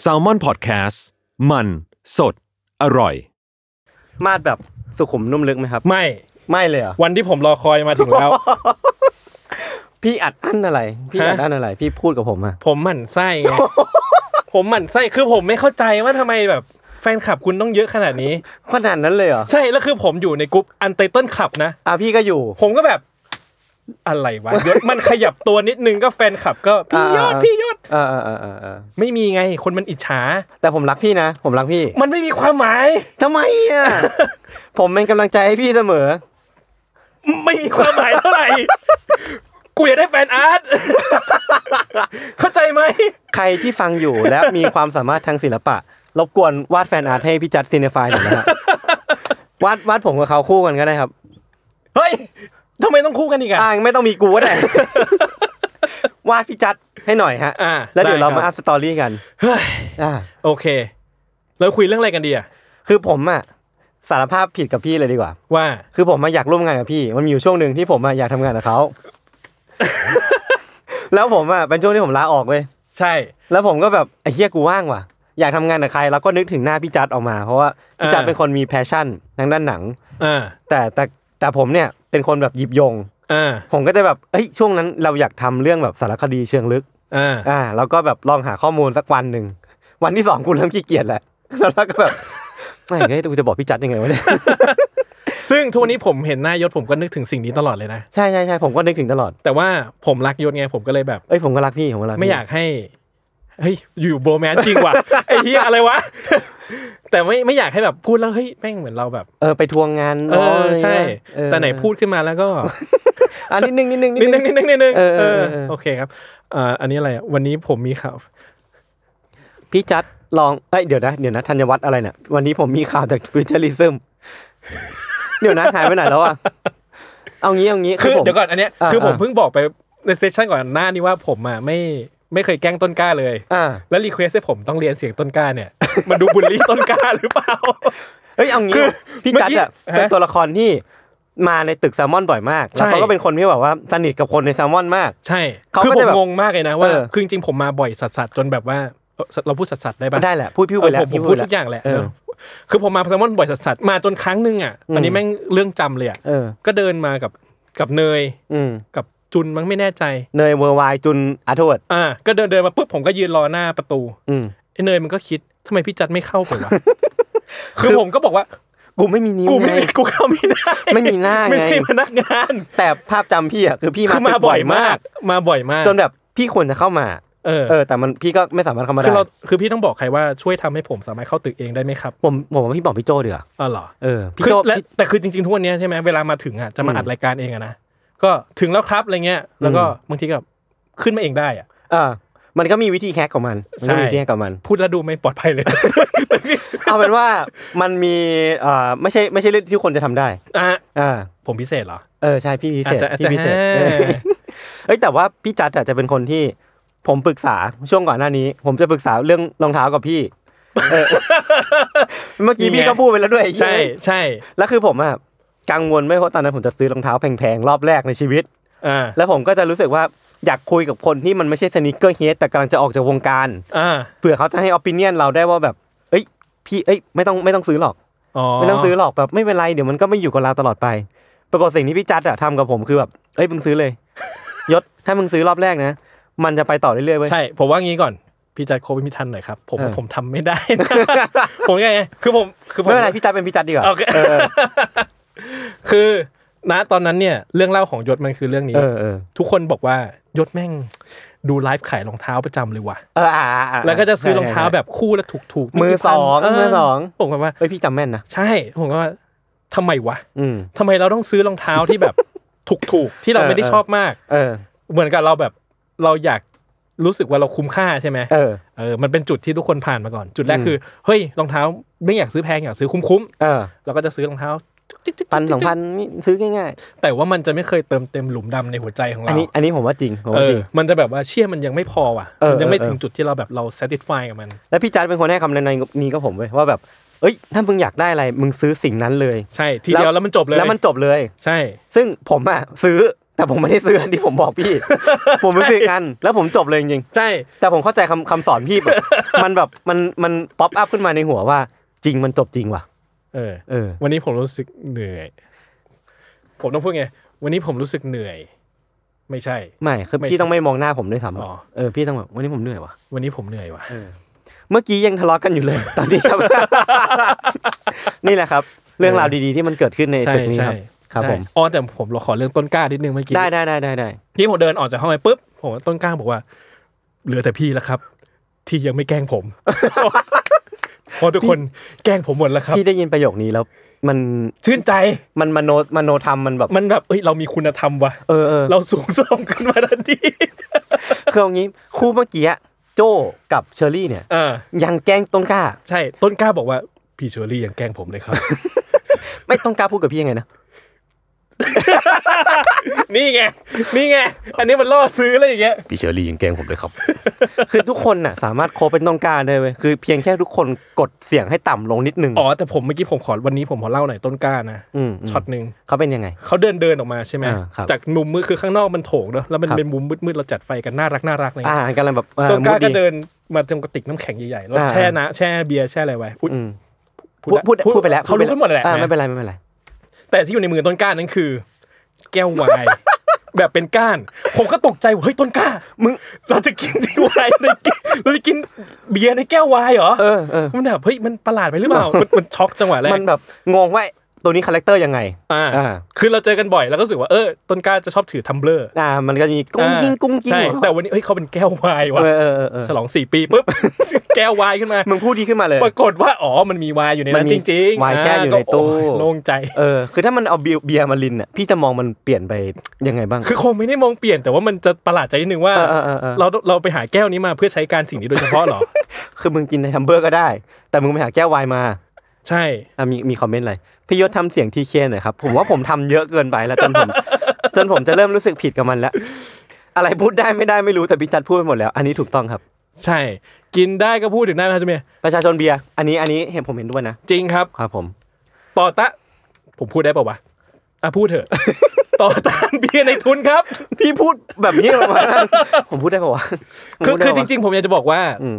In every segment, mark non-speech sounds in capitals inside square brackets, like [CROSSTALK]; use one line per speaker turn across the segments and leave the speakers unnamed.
แซลมอนพอดแคสต์มันสดอร่อย
มาดแบบสุขุมนุ่มลึกไหมครับ
ไม่
ไม่เลยเหรอ
วันที่ผมรอคอยมาถึง
[LAUGHS]
แล้ว
พี่อัดอั้นอะไร พี่อัด
ฮะ
อั้นอะไร พี่พูดกับผมอะ
ผมหมั่นไส้ไง ผมหมั่นไส้คือผมไม่เข้าใจว่าทำไมแบบแฟนคลับคุณต้องเยอะขนาดนี้
ขนาดนั้นเลยเหรอ
ใช่แล้วคือผมอยู่ในกลุ่มอันไตเติ้ลขับนะ
อ่ะพี่ก็อยู่
ผมก็แบบอะไรวะยศมันขยับตัวนิดนึงก็แฟนคลับก็พี่ยอด
อ่า
พี่ยอด
เออเออเออเออเออ
ไม่มีไง คนมันอิจฉา
แต่ผมรักพี่นะ ผมรักพี่
มันไม่มีความหมาย
ทำไมอะ [LAUGHS] ผมเป็นกำลังใจให้พี่เสมอ
ไม่มีความหมายเท่าไหร่ กูอยากได้แฟนอาร์ต เข้าใจไหม
ใครที่ฟังอยู่และมีความสามารถทางศิลปะ รบกวนวาดแฟนอาร์ตให้พี่จัดซีเนฟายหน่อยนะ
[LAUGHS]
ฮะ วาดวาดผมกับเขาคู่กันก็ได้ครับ
เฮ้ยทำไมต้องคู่กันอีกอะ
อ่าไม่ต้องมีกูก็
[LAUGHS]
ได้ วาดพี่จัดให้หน่อยฮะ
อ่า
แล้วเดี๋ยวเรา
ได้ครับ
มาอัพสตอรี่กัน
เฮ้ย
อ่า
โอเคเราคุยเรื่องอะไรกันดีอะ
คือผมอะสารภาพผิดกับพี่เลยดีกว่า
ว่า
คือผมมาอยากร่วมงานกับพี่ มันมีอยู่ช่วงหนึ่งที่ผมอะอยากทำงานกับ [LAUGHS] เขา แล้วผมอะเป็นช่วงที่ผมลาออกเว้ย
ใช่
แล้วผมก็แบบไอ้เฮียกูว่างว่ะ อยากทำงานกับใคร แล้วก็นึกถึงหน้าพี่จัดออกมา เพราะว่าพี่จัดเป็นคนมีแพชชั่นทางด้านหนัง
เออ
แต่แต่แต่ผมเนี่ยเป็นคนแบบหยิบยง
เออ
ผมก็จะแบบเอ้ยช่วงนั้นเราอยากทำเรื่องแบบสารคดีเชิงลึก
เออ
อ่าเราก็แบบลองหาข้อมูลสักวันหนึ่งวันที่สองกูเริ่มขี้เกียจแหละแล้ว [LAUGHS] เราก็แบบ ไม่เฮ้ยกูจะบอกพี่จัดยังไงวะเนี่ย
ซึ่งทุกวันนี้ผมเห็นหน้ายศผมก็นึกถึงสิ่งนี้ตลอดเลยนะ
ใช่ใช่ใช่ผมก็นึกถึงตลอด
แต่ว่าผมรักยศไงผมก็เลยแบบ
เอ้ยผมก็รักพี่ผมก็รักพี่
ไม่อยากให้เฮ้ยอยู่โบแมนจริงว่ะ ไอ้เหี้ยอะไรวะ แต่ไม่ไม่อยากให้แบบพูดแล้วเฮ้ยแม่งเหมือนเราแบบ
เออไปทวงงาน
เอ
น้ง
อใช่
อะไรเงี้ยเออ
แต่ไหนพูดขึ้นมาแล้ว
[LAUGHS]
ก็
อ่ะนิดนึงนิดนึง
[LAUGHS] นิดนึงนิดนึงนิดนึง
เออเออเออ
เออโอเคครับเอ่ออันนี้อะไรอะวันนี้ผมมีข่าว
พี่จัดลองเอ้ยเดี๋ยวนะเดี๋ยวนะธัญวัฒน์อะไรเนี่ยวันนี้ผมมีข่าวจากฟิวเจอริซึม [LAUGHS] เดี๋ยวนะหายไปไหนแล้วอ่ะเอางี้เอางี้
คือ
ผม
เดี๋ยวก่อนอันเนี้ย
อ่า
คือผม
อ่า
เพิ่งบอกไปในเซสชันก่อนหน้านี้ว่าผมอ่ะไม่ไม่เคยแกล้งต้นกล้าเลย
อ่า
แล้วรีเควสให้ผมต้องเรียนเสียงต้นกล้า
[LAUGHS]
เนี่ย มันดูบุลลี่ต้นกล้าหรือเปล่า
เอ้ยเอางี้
คือ
พี่จัดอ่ะเป็น
เมื่อกี้ฮะ
ตัวละครที่มาในตึกแซลมอนบ่อยมาก
ใช่
แล้วเขาก็เป็นคนที่แบบว่าสนิทกับคนในแซลมอนมาก
ใช่
เขา
คือ
ก็
ผ
จะ
ม
แบบ
งงมากเลยนะว่า
เออ
คือจริงๆผมมาบ่อยสัสๆจนแบบว่าเอ่อเราพูดสัสๆได้ปะ
ได้แหละพูดพี่ไป
เออ
แล้ว
ผมผมพูดทุก
ไป
อย่างแหละ
เออ
เนอะคือผมมาแซลมอนบ่อยสัสๆมาจนครั้งหนึ่งอ่ะอันนี้แม่งเรื่องจำเลยอ่ะ
เออ
ก็เดินมากับกับเนย
อืม
กับจุนมั้งไม่แน่ใจ
เนยเวอร์ไวน์จุนอาโทษ
อ่าก็เดินเดินมาปุ๊บผมก็ยืนรอหน้าประตู
อืม
ไอ้เนยมันก็คิดทำไมพี่จัดไม่เข้าไปวะ คือผมก็บอกว่า
กูไม่มีนิ้ว
กูไม่
ง
มีกูเข้าไม่ได้
ไม่มีหน้าไง
ไม่ใช่พนักงาน
แต่ภาพจำพี่อ่ะคือพี่
คือมา
ตึก
บ่อยมาก มาบ่อยมาก
จนแบบพี่ควรจะเข้ามา
เออ
เออ แต่มันพี่ก็ไม่สามารถเข้ามาได้
คือเราคือพี่ต้องบอกใครว่าช่วยทำให้ผมสามารถเข้าตึกเองได้ไหมครับ
ผมผมว่าพี่บอกพี่โจเดือ
อ๋อเหรอ
เออพี่
คือ
โจ
และ
พี่
แต่คือจริงๆทุกวันเนี้ยใช่ไหมเวลามาถึงอ่ะจะมาอัดรายการเองอะนะก็ถึงแล้วครับอะไรเงี้ยแล้วก็
อืม
บางทีก็ขึ้นมาเองได้อ่ะ
เออมันก็มีวิธีแฮกของมันมันก็มี
ใช่
วิธีแฮกของมัน
พูดแล้วดูไม่ปลอดภัยเลย [LAUGHS]
เอาเป็นว่า [LAUGHS] มันมีเอ่อไม่ใช่ไม่ใช่เรื่องที่คนจะทำได้
อ่ะ
อ่า
ผมพิเศษเหรอ
เออใช่พี่พิ
อาจ
เศษ
จะอาจ
พี่
จะ
พิเศษ
แฮ่
เออเอ้ยแต่ว่าพี่จัดอะจะเป็นคนที่ผมปรึกษาช่วงก่อนหน้านี้ ผมจะปรึกษาเรื่องรองเท้ากับพี่เอ
[LAUGHS]
อเมื่อกี้พี่ก็พูดไปแล้วด้วยไอ้เหี้ย
ใช่ใช่
แล้วคือผมอะกังวลไม่เพราะตอนนั้นผมจะซื้อรองเท้าแพงๆ รอบแรกในชีวิต
อ่า
แล้วผมก็จะรู้สึกว่าอยากคุยกับคนที่มันไม่ใช่สนิเกอร์เฮดแต่กำลังจะออกจากวงการ
อ่า
เผื่อเขาจะให้อ p i ิ i o n เราได้ว่าแบบ เอ้ยพี่เอ้ยไม่ต้องไม่ต้องซื้อหรอก
อ๋อ
ไม่ต้องซื้อหรอกแบบไม่เป็นไรเดี๋ยวมันก็ไม่อยู่กับเราตลอดไป ปรากฏสิ่งที่พี่จัดอะทำกับผมคือแบบเอ้ยมึงซื้อเลย ยศถ้ามึงซื้อรอบแรกนะ มันจะไปต่อเรื่อยๆเว้ย
ใช่ ผมว่างี้ก่อนพี่จัดโควิดพิทันหน่อยครับผม
เออ
ผมทำไม่ได้นะ [LAUGHS] ผมยังไงคือผมคือผม
ไม่เป็นไรพี่จัดเป็นพี่จัดดีกว่า
โอเค
เออ
คือณตอนนั้นเนี่ยเรื่องเล่าของยศมันคือเรื่องนี้
เออเออ
ทุกคนบอกว่ายศแม่งดูไลฟ์ขายรองเท้าประจำเลยว่ะ
เอออ่าอ่าา
แล้วก็จะซื้อรองเท้าแบบคู่ละถูกๆ
มือ
ไกี่พัน
สอง
เ
มือสอง
ผมก็ว่า
เอ้ยพี่จำแม่นนะ
ใช่ผมก็ว่าทำไมวะ
อืม
ทำไมเราต้องซื้อรองเท้าที่แบบ [LAUGHS] ถูกๆที่เรา
เออ
ไม่ได้
เออ
ชอบมาก
เออ
เหมือนกับเราแบบเราอยาก รู้สึกว่าเราคุ้มค่าใช่ไหม
เออ
เออมันเป็นจุดที่ทุกคนผ่านมาก่อน จุดแรกคือเฮ้ยรองเท้าไม่อยากซื้อแพงอยากซื้อคุ้ม
เออ
ๆเราก็จะซื้อรองเท้าจิ๊กจิ๊กจิ๊ก
พันสองพันนี่ซื้อง่าย
แต่ว่ามันจะไม่เคยเติมเต็มหลุมดำในหัวใจของ
ๆ อัน
เรา
นี้อันนี้ผมว่าจริงผม
เอ
ว่าจ
อ
ริง
มันจะแบบว่าเชี่ยมันยังไม่พอว่ะ
เออ
มันยังไม่
เออ
ถึงจุดที่เราแบบเรา satisfy กับมัน
แล้วพี่จัดเป็นคนให้คำแนะนำนี้กับผมเว้ยว่าแบบ เอ้ย ถ้ามึงอยากได้อะไรมึงซื้อสิ่งนั้นเลย
ใช่ ทีเดียวแล้วมันจบเลย
แล้วมันจบเลย
ใช่
ซึ่งผมอ่ะซื้อแต่ผมไม่ได้ซื้ออันที่ผมบอกพี่
[LAUGHS]
ผมไม่ซื้อกัน แล้วผมจบเลยจริง
ใช่
ๆแต่ผมเข้าใจคำคำสอนพี่แบบ [LAUGHS] มันแบบมันมันป๊อปอัพขึ้นมาในหัวว่า จริงมันจบจริงว่ะ
เออ
เออ
วันนี้ผมรู้สึกเหนื่อย ผมต้องพูดไง วันนี้ผมรู้สึกเหนื่อย ไม่ใช่
ไม่คือ
ไม่
พี่ต้องไม่มองหน้าผมด้วยซ้ำ
อ๋อ
เออพี่ต้องแบบวันนี้ผมเหนื่อยว่ะ
วันนี้ผมเหนื่อยว่ะ
เมื่อกี้ยังทะเลาะกันอยู่เลย [LAUGHS] ตอนนี้ครับ นี่แหละครับ เรื่องราวดีๆที่มันเกิดขึ้นใน
ใช่
ตึกนี้ค
ใช่
รับครับ
ใช่
ผม
อ๋อแต่ผมเราขอเรื่องต้นกล้านิดนึงเมื่อกี้
ได้ได้ได้ได้ได้
ที่ผมเดินออกจากห้องไปปุ๊บผมว่าต้นกล้าบอกว่า เหลือแต่พี่แล้วครับ ที่ยังไม่แกล้งผม [LAUGHS] เพราะทุกคนแกล้งผมหมดแล้วครับ
พี่ได้ยินประโยคนี้แล้ว มัน
ชื่นใจ
มันมโนมโนธรรมมันแบบ
มันแบบเอ้ยเรามีคุณธรรมว่ะ
เออเออ
เราสูงส่ง [LAUGHS] ขึ้นมาทันที
คือเอางี้คู่เมื่อกี้อะโจ้กับเชอรี่เนี่ย
เออ
ยังแกล้งต้นกล้า
ใช่ ต้นกล้าบอกว่า พี่เชอรี่ยังแกล้งผมเลยครับ [LAUGHS]
ไม่ต้นกล้าพูดกับพี่ยังไงนะ
นี่ไง นี่ไง อันนี้มันล่อซื้ออะไรอย่างเงี้ย
พี่เชอรี่ยังแกล้งผมเลยครับ
คือทุกคนน่ะสามารถโคบเป็นต้นกล้าได้เว้ยคือเพียงแค่ทุกคนกดเสียงให้ต่ำลงนิดนึง
อ๋อ แต่ผมเมื่อกี้ผมขอวันนี้ผมขอเล่าหน่อยต้นกล้านะ
มม
ช็อตหนึ่ง
เขาเป็นยังไง
เขาเดินเดินออกมาใช่ไหม
อ่าครับ
จากมุมมืดคือข้างนอกมันโถงเนอะแล้วมัน
ครับ
เป็นมุมมืดๆเราจัดไฟกันน่ารักน่ารักอะไรเล
อ่ายกำลังแบบอ่
ต้นกล้าก็
มุ
เดินมาตรงกระติกน้ำแข็งใหญ่ๆแล้ว
อ่า
แช่นะแช่เบียร์แช่อะไรไว้อุ๊ย
อืมพูดพูดพูดไปแล้ว
เขารู้กันหมดแหละ
อ่าไม่
นะ
เป็นไรไม่เป็นไร
แต่ที่อยู่ในมือต้นกล้านั้นคือ แก้วไว
[LAUGHS]
น์ แบบเป็นก้าน ผมก็ตกใจว่าเฮ้ยต้นกล้า มึงเราจะกินที่ไวน์ในแก้วเราจะกินเบียร์ในแก้วไวน์เหรอ
เออเออ
มันแบบเฮ้ยมันประหลาดไปหรือเปล่ามันมันช็อกจังหวะแรก
มันแบบงงว่าตัวนี้คาแรคเตอร์ยังไง
อ่า
อ่า
คือเราเจอกันบ่อยแล้วก็รู้สึกว่าเออต้นกล้าจะชอบถือทัมเบลอร์
อ่า มันก็มีกุ้งกิ้งกุ้งกิ้ง
ใช่
ของเขา
แต่วันนี้เฮ้ยเขาเป็นแก้วไวน์ว่ะ
เออเออเออเออ
ฉลองสี่ปี
[LAUGHS]
ปุ๊บ แก้วไวน์ขึ้นมา
มึงพูดดีขึ้นมาเลย
ปรากฏว่าอ๋อมันมีไวน์อยู่ใน
มั
นั้น น
มี
จริงๆ
ไวน์แช่อยู่ในตู้
ก็โอ้ยโล่งใจ
เออคือถ้ามันเอาเบียร์เบียร์มาลินอ่ะพี่จะมองมันเปลี่ยนไปยังไงบ้าง
คือคงไม่ได้มองเปลี่ยนแต่ว่ามันจะประหลาดใจนิดนึงว่า
เออเออเออเออ
เราเราไปหาแก้วนี้มาเพื่อใช้การสิ่งนี้โดยเฉ
[LAUGHS]
พาะเหรอ
คือมึงกินในทัมเบอร์ก็ได้ แต่มึงไปหาแก้วไวน์มา
ใช่
อ่ะมีมีคอมเมนต์อะไรพี่ยศทำเสียงทีเคหน่อยครับ ผมว่าผมทำเยอะเกินไปแล้วจนผม [LAUGHS] จนผมจะเริ่มรู้สึกผิดกับมันแล้ว อะไรพูดได้ไม่ได้ไม่รู้แต่พี่จัดพูดไปหมดแล้ว อันนี้ถูกต้องครับ
ใช่ กินได้ก็พูดถึงได้ไหมครับเจเมีย
ประชาชนเบียร์อันนี้อันนี้เห็นผมเห็นด้วยนะ
จริงครับ
ครับผม
ต่อตะผมพูดได้เปล่าวะอ่ะพูด
[LAUGHS]
เถอะ ต่อต้านเบียร์ในทุนครับ
พี่พูดแบบนี้ออกมา ผมพูดได้ปะวะผม
คือ
พูดได้
คือ
ปะ
จ
วะ
ริง ๆ ผมอยากจะบอกว่า
อืม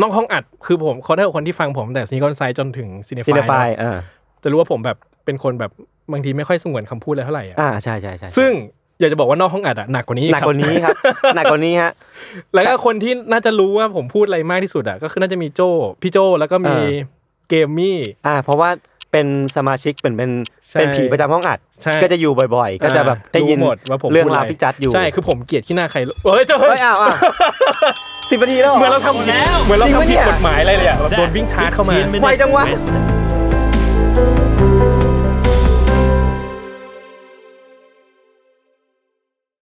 น้องห้องอัด คือผมคอนเทนต์คนที่ฟังผมตั้งแต่ซีนิคอนไซด์จนถึงซีเน
ซีเนไฟ
ฟาย
ล์อ่า
จะรู้ว่าผมแบบเป็นคนแบบบางทีไม่ค่อยสงวนคำพูดอะไรเท่าไหร่อะ
อ่าใช่ใช่ใช่
ซึ่งอยากจะบอกว่านอกห้องอัดอะหนักกว่านี้
หนัก
ครับ
กว่านี้
[LAUGHS]
ครับ หนักกว่านี้ฮะ
แล้วก็คนที่น่าจะรู้ว่าผมพูดอะไรมากที่สุดอะก็คือน่าจะมีโจพี่โจแล้วก็มี
เออ
เกมมี่
อ่า เพราะว่าเป็นสมาชิกเป็นเป็น
ใช่
เป็นผีประจำห้องอัด
ใช่
ก็จะอยู่บ่อย ๆ ก็จะแบบได้ยิน
รู้หมดว่าผม
เรื่อง
พูดะ
รา
ไ
วพี่จัดอยู่
ใช่คือผมเกลียดขี้หน้าใครเฮ้ยเจ้าเฮ้
เฮ้
ย
ยอ้าวอ้าว
[LAUGHS]
สิบนาทีแล้ว
เหมือน
ห
เราทำผิดเหมือนเรา
จริงปะ
ทำ
เนี่
ผิ
ย
ดกฎหมายอะไรเลยอะแบบโดนวิ่งชาร์จเข้ามา
ไวจังวะ
Wisdom.